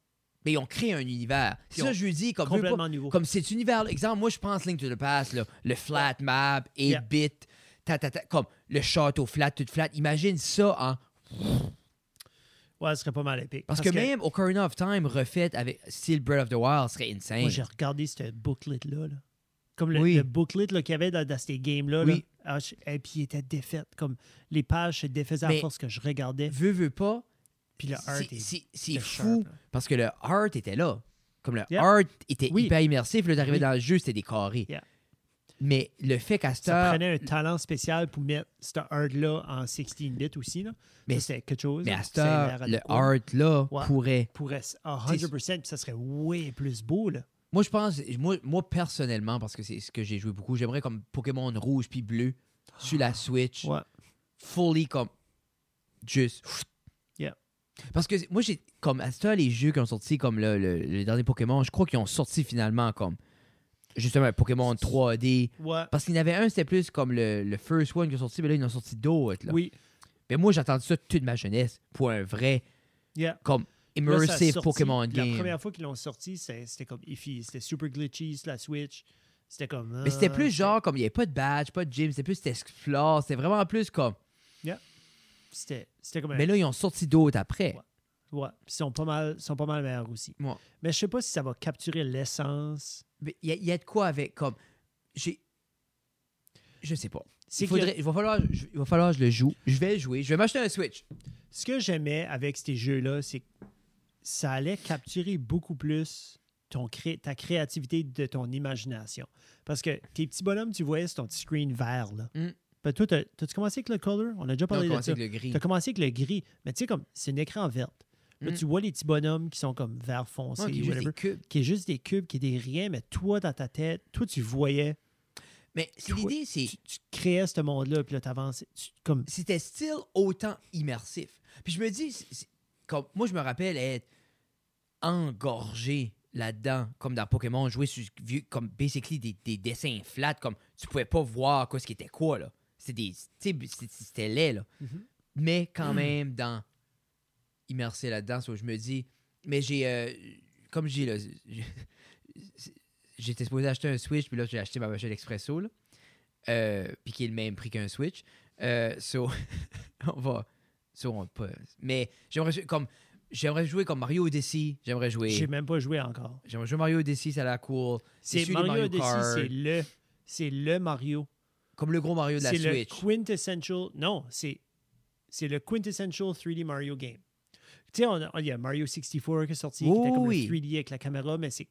B: Mais on crée un univers.
A: Puis
B: ça,
A: on-
B: je lui dis, comme, veux
A: complètement
B: Ah, pas-
A: nouveau.
B: comme cet univers, exemple, moi, je pense Link to the Past, là, le flat map, 8
A: Yeah.
B: bit, ta, ta, ta, comme le château flat, tout flat. Imagine ça en.
A: Ouais, ce serait pas mal épique.
B: Parce, que, même Ocarina of Time refait avec style Breath of the Wild serait insane.
A: Moi, j'ai regardé ce booklet-là. là. Comme le,
B: Oui.
A: le booklet là, qu'il y avait dans, dans ces games-là. là.
B: Oui.
A: Ah, je- et puis, il était défait. Comme les pages se défaisaient à
B: Mais-
A: force que je regardais.
B: Veux, veux pas.
A: Puis le art
B: c'est-
A: est-
B: C'est c'est
A: est
B: fou
A: sharp, là.
B: parce que le art était là. Comme le
A: Yeah.
B: art était
A: Oui.
B: hyper immersif, là, t'arrivais
A: Oui.
B: dans le jeu, c'était des carrés.
A: Yeah.
B: Mais le fait qu'à cette
A: Ça
B: heure,
A: prenait un talent spécial pour mettre ce art-là en 16-bit aussi. Là.
B: Mais-
A: Mais c'est quelque chose.
B: Mais à cette
A: Ça a
B: heure,
A: l'air à
B: le
A: de quoi.
B: art là
A: Ouais.
B: pourrait.
A: pourrait s- ah, à 100%, puis ça serait way plus beau. Là.
B: Moi, je pense, moi, moi personnellement, parce que c'est ce que j'ai joué beaucoup, j'aimerais comme Pokémon rouge puis bleu sur la Switch,
A: Ouais.
B: fully comme juste.
A: Yeah.
B: Parce que moi, j'ai comme à cette heure, les jeux qui ont sorti comme le, le- le dernier Pokémon, je crois qu'ils ont sorti finalement comme justement un Pokémon 3D.
A: Ouais.
B: Parce qu'il y en avait un, c'était plus comme le, le first one qui ont sorti, mais là, ils en ont sorti d'autres. là.
A: Oui.
B: Mais moi, j'ai attendu ça toute ma jeunesse pour un vrai
A: Yeah. Là,
B: comme
A: ça a
B: immersive
A: sorti.
B: Pokémon
A: La
B: game.
A: première fois qu'ils l'ont sorti, c'est- c'était comme iffy. C'était super glitchy sur la Switch. C'était comme.
B: Mais c'était
A: ah,
B: plus
A: c'est-
B: genre comme il n'y avait pas de badge, pas de gym, c'était plus c'était explore, c'était vraiment plus comme.
A: C'était c'était comme un-
B: Mais là, ils ont sorti d'autres après.
A: Ouais, puis ils sont pas mal, sont pas mal meilleurs aussi.
B: Ouais.
A: Mais je sais pas si ça va capturer l'essence.
B: Mais Il y, a- il y a de quoi avec comme. J'ai. Je sais pas.
A: C'est
B: Il,
A: que
B: faudrait, il, va falloir, je- il va falloir que je le joue. Je vais le jouer. Je vais m'acheter un Switch.
A: ce que j'aimais avec ces jeux-là, c'est que ça allait capturer beaucoup plus ton cré- ta créativité de ton imagination. Parce que tes petits bonhommes, tu voyais sur ton petit screen vert. Là.
B: Mm.
A: Ben, toi, t'as- t'as-tu commencé avec le color? On a déjà
B: Non,
A: parlé de
B: commencer
A: ça.
B: avec le gris.
A: T'as commencé avec le gris. Mais tu sais, comme c'est un écran vert. Là,
B: Mm.
A: tu vois les petits bonhommes qui sont comme vert foncé,
B: Ouais, qui est juste des
A: whatever,
B: cubes.
A: qui est juste des cubes, qui est des rien, mais toi, dans ta tête, toi, tu voyais
B: Mais c'est
A: Toi,
B: l'idée, c'est.
A: tu, tu créais ce monde-là, puis là, t'avançais. Tu- Comme,
B: c'était still autant immersif. Puis je me dis, c'est- c'est- comme, moi, je me rappelle être engorgé là-dedans, comme dans Pokémon, jouer sur vieux, comme basically des, des dessins flats, comme tu pouvais pas voir quoi ce qui était quoi, là. C'était des. tu sais, c'est- C'était laid, là.
A: Mhm.
B: Mais quand même, dans. immersé là-dedans, so, je me dis. Mais j'ai. euh, comme j'ai, là. j'ai- J'étais supposé acheter un Switch, puis là, j'ai acheté ma machine Expresso, là. euh, puis qui est le même prix qu'un Switch. Euh, so, on va. So, on peut- mais j'aimerais jouer comme. J'aimerais jouer comme Mario Odyssey. J'aimerais
A: J'ai
B: jouer.
A: même pas joué encore.
B: J'aimerais jouer Mario Odyssey, ça a l'air cool.
A: C'est
B: Issu des
A: Mario,
B: Mario
A: Odyssey,
B: Kart.
A: c'est le, c'est le Mario.
B: Comme le gros Mario de la
A: C'est le
B: Switch.
A: quintessential. Non, c'est, c'est le quintessential 3D Mario game. Tu sais, on a- il y a Mario 64 qui est sorti, qui était comme
B: Oui.
A: le 3D avec la caméra, mais c'est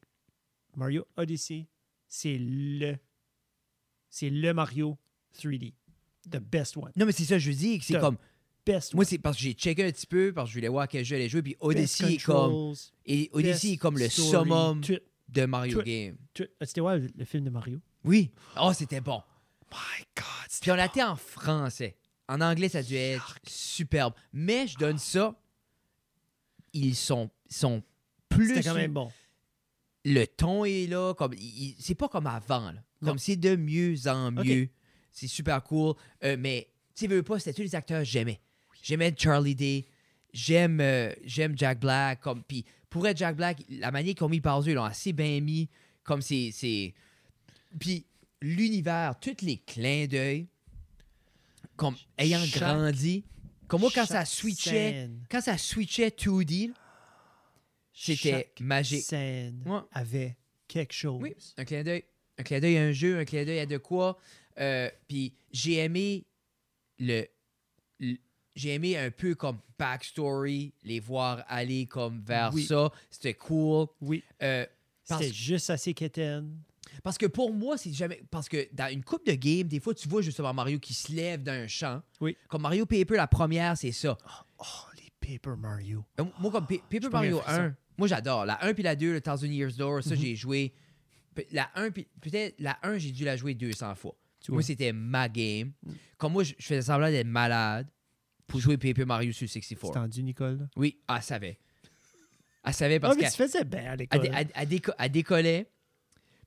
A: Mario Odyssey, c'est le, c'est le Mario 3D, the best one,
B: Non, mais c'est ça, je dis que c'est
A: T'as-
B: comme.
A: best
B: Moi,
A: one.
B: c'est parce que j'ai checké un petit peu, parce que je voulais voir quel jeu allait jouer. Puis Odyssey
A: Best
B: est comme.
A: controls,
B: Et Odyssey
A: best
B: est comme le
A: story,
B: summum
A: tout-
B: de Mario
A: tout-
B: Game.
A: tout- Ah, C'était ouais, le film de Mario.
B: Oui. Oh, c'était bon.
A: My God,
B: Puis on l'a été en français. En anglais, ça a dû être superbe. Mais je donne ça. Ils sont, sont plus.
A: c'était quand même bon.
B: Le ton est là. comme il- il- C'est pas comme avant. là.
A: Non.
B: Comme c'est de mieux en mieux.
A: Ok.
B: C'est super cool. Euh, mais tu sais, veux pas, c'était tous les acteurs que j'aimais. J'aimais Charlie Day. J'aime euh, j'aime Jack Black. Comme, puis pour être Jack Black, la manière qu'ils ont mis Bowser, ils l'ont assez bien mis. Comme c'est. c'est- Puis l'univers, tous les clins d'œil, comme ayant
A: Chaque-
B: grandi. Comme moi, quand ça
A: Chaque
B: switchait,
A: scène,
B: quand ça switchait 2D, là, c'était
A: chaque
B: magique.
A: scène
B: Ouais.
A: avait quelque chose.
B: Oui, un clin d'œil. Un clin d'œil à un jeu, un clin d'œil à de quoi. Euh, Puis j'ai aimé le. le- j'ai aimé un peu comme backstory, les voir aller comme vers
A: Oui.
B: ça. C'était cool.
A: Oui.
B: Euh, parce,
A: C'était juste assez quétaine.
B: parce que pour moi, c'est jamais. Parce que dans une coupe de game, des fois, tu vois justement Mario qui se lève d'un champ.
A: Oui.
B: Comme Mario Paper, la première, c'est ça.
A: Oh, les Paper Mario.
B: Euh, Moi, comme P- Paper
A: j'ai pas
B: Mario
A: bien fait ça.
B: 1, moi j'adore. La 1 puis la 2, le Thousand Years Door, ça
A: Mhm.
B: j'ai joué. Pe- La 1, puis- peut-être la 1, j'ai dû la jouer 200 fois.
A: Tu
B: Moi,
A: vois. Mm.
B: c'était ma game. Comme moi, je je faisais semblant d'être malade pour jouer Paper Mario sur 64.
A: C'est tendu, Nicole. là?
B: Oui, ah, elle savait. Elle savait
A: Ah,
B: parce
A: mais
B: qu'elle
A: tu faisais bien à
B: elle
A: l'école.
B: dé- elle- elle déco- elle décollait.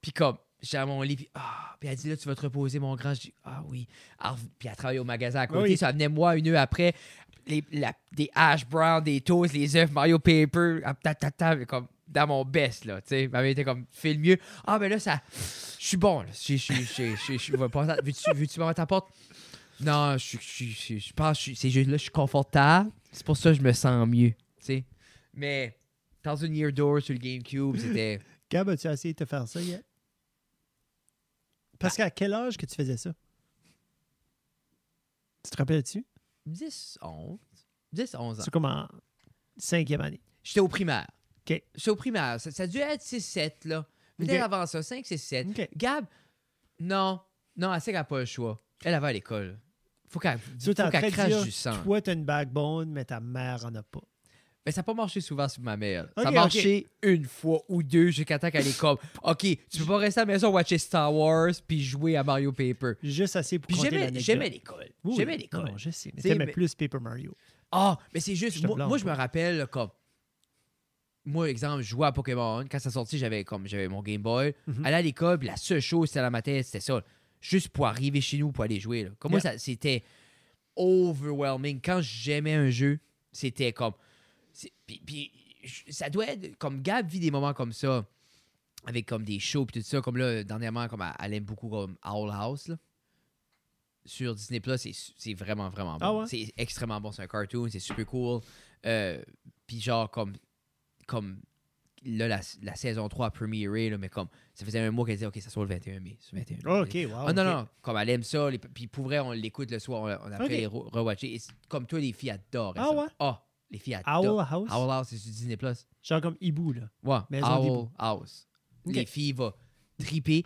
B: Puis comme, j'étais à mon lit, puis ah, puis elle dit là, tu vas te reposer, mon grand. Je dis, ah oui. Elle rev- puis elle travaillait au magasin à côté,
A: Oui.
B: ça venait moi une heure après. Les, la- des hash brown, des toasts, les œufs, Mario Paper, ah, ta, ta, ta, mais comme dans mon best, là. Tu sais, ma mère était comme, fais le mieux. Ah, ben là, ça. Je suis bon, là. Je suis. Veux-tu veux-tu m'en mettre à porte? Non, je, je, je, je pense que je suis- ces jeux-là, je suis confortable. C'est pour ça que je me sens mieux. Tu sais. Mais Thousand Year Door sur le GameCube, c'était.
A: Gab, as-tu essayé de te faire ça hier?
B: Bah.
A: Parce qu'à quel âge que tu faisais ça? Tu te rappelles-tu?
B: 10, 11. 10, 11 ans.
A: C'est comme en cinquième année.
B: J'étais au primaire.
A: OK.
B: J'étais au primaire. Ça, ça a dû être 6, 7, là. Peut-être
A: OK.
B: avant ça, 5, 6, 7.
A: OK.
B: Gab, non. Non, elle sait qu'elle n'a pas le choix. Elle, elle va à l'école. Faut qu'elle faut
A: Tu t'es en train
B: qu'elle
A: de
B: crache
A: dire,
B: du sang.
A: Toi, t'as une backbone, mais ta mère en a pas.
B: Mais ça n'a pas marché souvent sur ma mère.
A: OK,
B: ça a
A: OK.
B: marché une fois ou deux jusqu'à temps qu'elle est comme OK, tu peux pas rester à la maison, watcher Star Wars puis jouer à Mario Paper.
A: Juste assez pour
B: Puis
A: compter
B: j'aimais
A: l'anecdote.
B: j'aimais l'école.
A: Oui,
B: J'aimais
A: non,
B: l'école.
A: non, je sais, mais
B: Tu sais,
A: t'aimais
B: mais-
A: plus Paper Mario.
B: Ah, mais c'est juste,
A: Je te
B: moi,
A: blâme
B: moi, je me
A: pas.
B: rappelle là, comme. Moi, exemple, je jouais à Pokémon. Quand ça sortit, j'avais comme j'avais mon Game Boy.
A: Mhm.
B: Aller à l'école, puis la seule chose c'était dans ma tête, c'était ça. Juste pour arriver chez nous, pour aller jouer. là. Comme moi, ça- c'était overwhelming. Quand j'aimais un jeu, c'était comme. c'est- Puis, puis je- ça doit être. Comme Gab vit des moments comme ça, avec comme des shows, puis tout ça. Comme là, dernièrement, comme elle, elle aime beaucoup comme Owl House. là. Sur Disney Plus, c'est c'est vraiment, vraiment bon.
A: Ah ouais?
B: C'est extrêmement bon. C'est un cartoon, c'est super cool. Euh, puis genre, comme. comme Là, la, la saison 3 première, là, mais comme ça faisait un mois qu'elle disait OK, ça sort le 21 mai. c'est le 21 mai.
A: Oh, OK, wow.
B: Ah non,
A: ok.
B: non, comme elle aime ça, les- puis pour vrai, on l'écoute le soir, on, on après
A: Ok.
B: les re- rewatcher. Et c'est- comme toi, les filles adorent.
A: Ah
B: ça.
A: ouais?
B: Ah, les filles adorent.
A: Owl House?
B: Owl House, c'est sur Disney Plus.
A: Genre comme Hibou, là.
B: Ouais,
A: Maison des
B: Owl House.
A: Ok.
B: Les filles vont triper.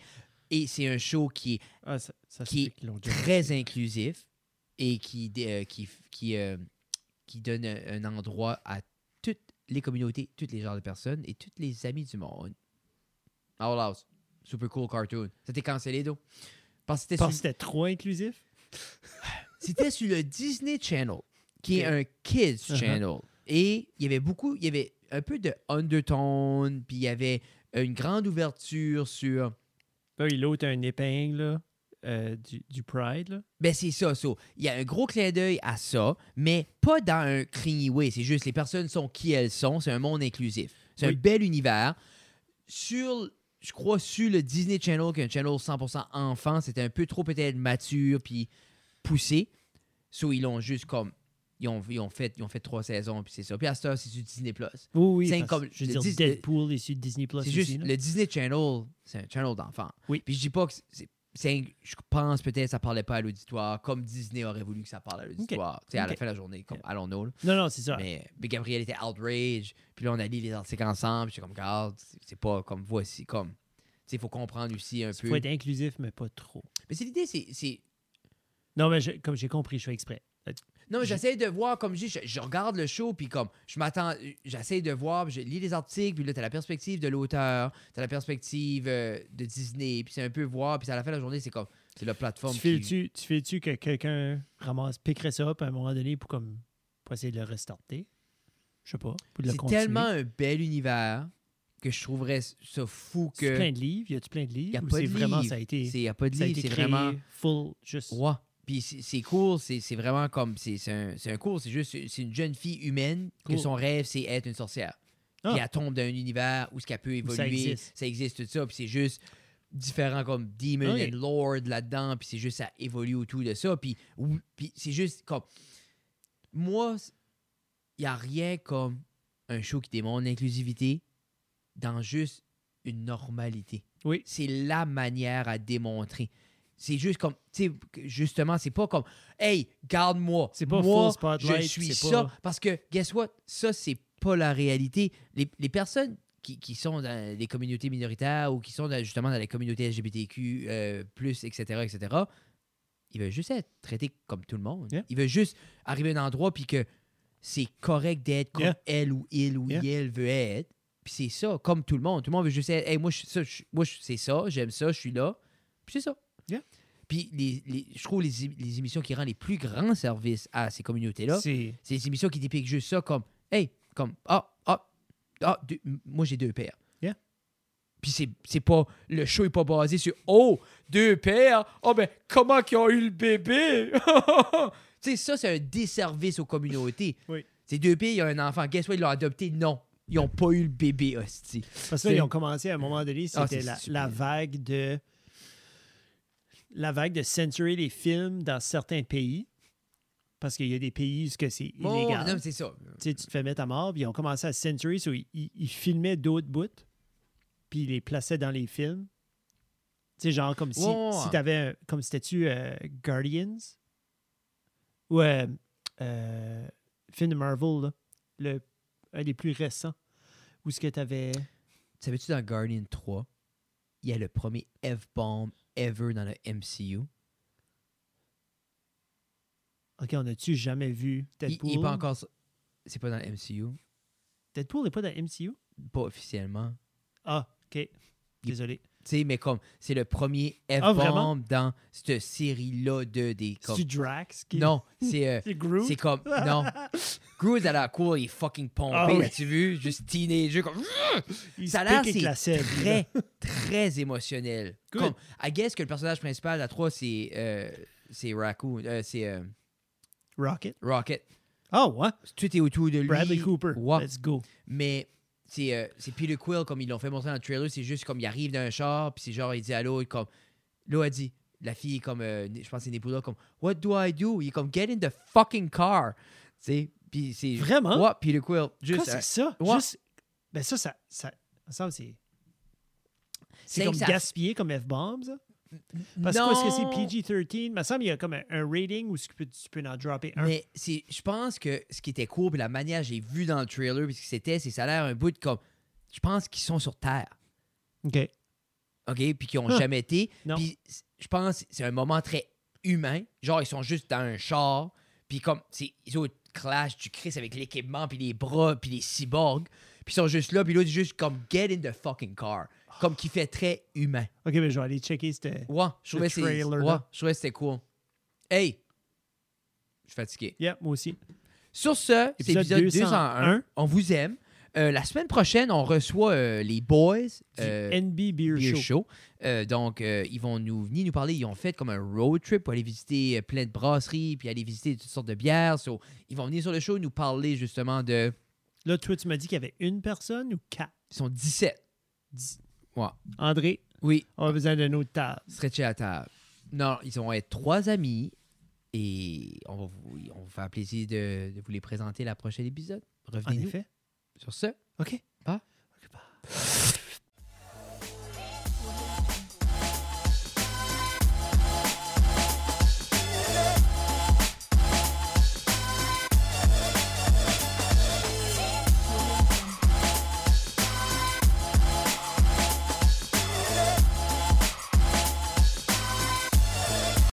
B: Et c'est un show qui est
A: Ah, ça, ça se
B: Qui
A: peut qu'ils l'ont déjà
B: très inclusif et qui, dé- euh, qui, f- qui, euh, qui donne un un endroit à toutes les communautés, toutes les genres de personnes et toutes les amis du monde. Owl House, super cool cartoon. C'était cancellé, d'où? Parce que c'était
A: Parce que
B: sur-
A: c'était trop inclusif?
B: c'était sur le Disney Channel, qui est
A: Ok.
B: un kids
A: Uh-huh.
B: channel. Et il y avait beaucoup, il y avait un peu de undertone, puis il y avait une grande ouverture sur.
A: Là, il Bah l'autre a une épingle là, euh, du, du Pride. Là.
B: Ben c'est ça, ça. Il y a un gros clin d'œil à ça, mais pas dans un cringy way. C'est juste les personnes sont qui elles sont. C'est un monde inclusif. C'est un
A: Oui.
B: bel univers. Sur je crois, sur le Disney Channel, qui est un channel 100% enfant, c'était un peu trop peut-être mature puis poussé. So, ils l'ont juste comme. Ils ont, ils ont fait, ils ont fait trois saisons, puis c'est ça. Puis à cette heure, c'est sur Disney Plus.
A: Oui, oui.
B: C'est
A: parce-
B: comme-
A: je veux
B: le
A: dire,
B: Dis-
A: Deadpool est sur Disney Plus.
B: C'est juste
A: aussi, là.
B: le Disney Channel, c'est un channel d'enfants.
A: Oui.
B: Puis je dis pas que c'est. c'est- Je pense peut-être que ça parlait pas à l'auditoire comme Disney aurait voulu que ça parle à l'auditoire. Tu sais, à la
A: Ok. Ah.
B: fin de la journée, comme allons-nous. là.
A: Non, non, c'est ça.
B: Mais, mais Gabriel était outrage. Puis là, on a lu les articles ensemble. J'étais comme, regarde, c'est- c'est pas comme voici, comme. Tu sais, il faut comprendre aussi un
A: Il
B: peu.
A: faut être inclusif, mais pas trop.
B: Mais c'est l'idée, c'est- c'est.
A: Non, mais je- comme j'ai compris, je fais exprès.
B: Non, mais
A: J'ai-
B: j'essaie de voir, comme je dis, je, je regarde le show, puis comme, je m'attends, euh, j'essaie de voir, puis je lis les articles, puis là, t'as la perspective de l'auteur, t'as la perspective euh, de Disney, puis c'est un peu voir, puis à la fin de la journée, c'est comme, c'est la plateforme.
A: Tu
B: qui-
A: files-tu tu files-tu que quelqu'un ramasse, piquerait ça up à un moment donné pour, comme, pour essayer de le restarter? Je sais pas. Pour le
B: C'est
A: continuer.
B: tellement un bel univers que je trouverais ça fou
A: C'est
B: que.
A: plein de livres. Y a-tu plein de livres?
B: Y a
A: ou
B: pas
A: c'est
B: de
A: vraiment,
B: livre.
A: ça a été,
B: Il n'y a pas de
A: ça a
B: livre,
A: été
B: c'est
A: créé
B: vraiment.
A: full, juste.
B: Ouais. Puis c'est c'est cool, c'est c'est vraiment comme. C'est c'est un, c'est un cours, c'est juste c'est une jeune fille humaine que
A: Cool.
B: son rêve, c'est être une sorcière.
A: Ah.
B: Puis elle tombe dans un univers où ce qu'elle peut
A: Où
B: évoluer,
A: ça existe.
B: ça existe, tout ça. Puis c'est juste différent comme Demon
A: Ok.
B: and Lord là-dedans. Puis c'est juste, ça évolue autour de ça. Puis, ou- puis c'est juste comme. Moi, il n'y a rien comme un show qui démontre l'inclusivité dans juste une normalité.
A: Oui.
B: C'est la manière à démontrer. C'est juste comme, tu sais, que- justement, c'est pas comme, hey, garde-moi.
A: C'est pas
B: moi,
A: full spotlight,
B: Je suis
A: c'est
B: ça.
A: pas-
B: Parce que, guess what? Ça, c'est pas la réalité. Les, les personnes qui, qui sont dans les communautés minoritaires ou qui sont dans- justement dans les communautés LGBTQ, euh, plus, etc., etc., ils veulent juste être traités comme tout le monde.
A: Yeah.
B: Ils veulent juste arriver à un endroit puis que c'est correct d'être comme
A: Yeah.
B: elle ou il ou
A: Yeah.
B: elle veut être. Puis c'est ça, comme tout le monde. Tout le monde veut juste être, hey, moi, je suis ça, je suis- moi je- c'est ça, j'aime ça, je suis là. Puis c'est ça.
A: Yeah.
B: Puis les, les- je trouve les, é- les émissions qui rendent les plus grands services à ces communautés-là,
A: C'est
B: c'est les émissions qui dépiquent juste ça comme, hey, comme, ah, ah, ah, deux- m- moi j'ai deux pères.
A: Yeah.
B: Puis c'est, c'est pas, le show est pas basé sur, oh, deux pères, oh ben, comment qu'ils ont eu le bébé? tu sais, ça, c'est un desservice aux communautés.
A: Oui.
B: Ces deux pères, il y a un enfant, guess what, ils l'ont adopté? Non. Ils ont pas eu le bébé, hostie.
A: Parce que là,
B: C'est-
A: ils ont commencé à un moment donné,
B: Ah,
A: c'était
B: c'est
A: la,
B: stupide.
A: la vague de. La vague de censurer les films dans certains pays. Parce qu'il y a des pays où ce que c'est
B: Bon,
A: illégal.
B: Oh, non, mais c'est ça.
A: tu sais, tu te fais mettre à mort. Puis ils ont commencé à censurer. so ils, ils- ils filmaient d'autres bouts. Puis ils les plaçaient dans les films. Tu sais, genre comme si,
B: Ouais, ouais, ouais.
A: si t'avais. un- Comme si tu Guardians. Ou euh, euh, film de Marvel, là. Le, un des plus récents. Où ce que t'avais.
B: Savais-tu dans Guardian 3, il y a le premier F-bomb ever dans le MCU?
A: OK, on a-tu jamais vu
B: Il-
A: Deadpool?
B: Il n'est pas encore. sur- C'est pas dans le MCU,
A: Deadpool n'est pas dans MCU?
B: pas officiellement.
A: Ah, OK.
B: Il-
A: Désolé.
B: Tu sais, mais comme, c'est le premier
A: Ah, vraiment?
B: F-bomb dans cette série-là de des. Comme...
A: C'est Drax qui...
B: Non, c'est. euh,
A: C'est Groot?
B: c'est comme. Non. Groot à la cour, il est fucking pompé,
A: Ah oui.
B: as-tu vu? Juste teenager, comme.
A: Il
B: Ça
A: se
B: a l'air,
A: pique avec la
B: c'est
A: selle, lui, là.
B: très, très émotionnel.
A: Good.
B: Comme, I guess que le personnage principal à 3, c'est. euh, c'est Raccoon. euh, c'est euh,
A: Rocket?
B: Rocket.
A: Ah, ouais?
B: Tout est autour de lui.
A: Bradley Cooper.
B: Ouais.
A: Let's go.
B: Mais c'est euh, c'est Peter Quill, comme ils l'ont fait montrer dans le trailer, c'est juste comme il arrive dans un char, puis c'est genre, il dit à l'autre, comme. L'autre a dit, la fille, est comme, euh, je pense que c'est Nebula, comme, What do I do? Il est comme, Get in the fucking car. Tu sais, puis c'est.
A: Vraiment?
B: Ouais, Peter Quill. hein, Juste. euh,
A: Quoi, c'est ça?
B: ouais.
A: Juste... Ben ça, ça... ça... ça c'est... C'est
B: C'est
A: comme
B: que ça-
A: gaspillé comme F-bomb, ça?
B: euh,
A: Parce que quoi, est-ce que c'est
B: non!
A: PG-13? Mais Ben, ça, il y a comme un, un rating où tu peux, tu peux en dropper un.
B: Mais c'est- je pense que ce qui était cool, puis la manière que j'ai vu dans le trailer, puis ce que c'était, c'est ça a l'air un bout de comme. Je pense qu'ils sont sur Terre.
A: OK.
B: OK, puis qui ont
A: Huh.
B: jamais été.
A: Non.
B: Puis c- je pense que c'est un moment très humain. Genre, ils sont juste dans un char, puis comme, c'est les autres clashent du Chris avec l'équipement, puis les bras, puis les cyborgs, puis ils sont juste là, puis l'autre est juste comme « get in the fucking car », comme qui fait très humain.
A: OK, ben je vais aller checker. C'était...
B: Ouais, je trouvais
A: Le
B: que c'est-
A: trailer,
B: ouais,
A: là.
B: je trouvais que c'était cool. Hey! Je suis fatigué.
A: Yeah, moi aussi.
B: Sur ce, c'est
A: Épisode
B: épisode 201.
A: 201.
B: On vous aime. Euh, la semaine prochaine, on reçoit euh, les boys.
A: Du
B: euh,
A: NB Beer, Show.
B: Beer Show. Euh, donc, euh, ils vont nous venir nous parler. Ils ont fait comme un road trip pour aller visiter euh, plein de brasseries, puis aller visiter toutes sortes de bières. So, ils vont venir sur le show nous parler justement de.
A: Là, toi, tu m'as dit qu'il y avait une personne ou quatre?
B: Ils sont 17.
A: Dix-
B: Ouais.
A: André,
B: Oui,
A: on a besoin d'une autre table.
B: stretcher à table. Non, ils vont être trois amis et on va vous, on va vous faire plaisir de, de vous les présenter à la prochaine épisode.
A: En
B: Revenez-nous
A: effet.
B: sur ce.
A: OK.
B: Ah.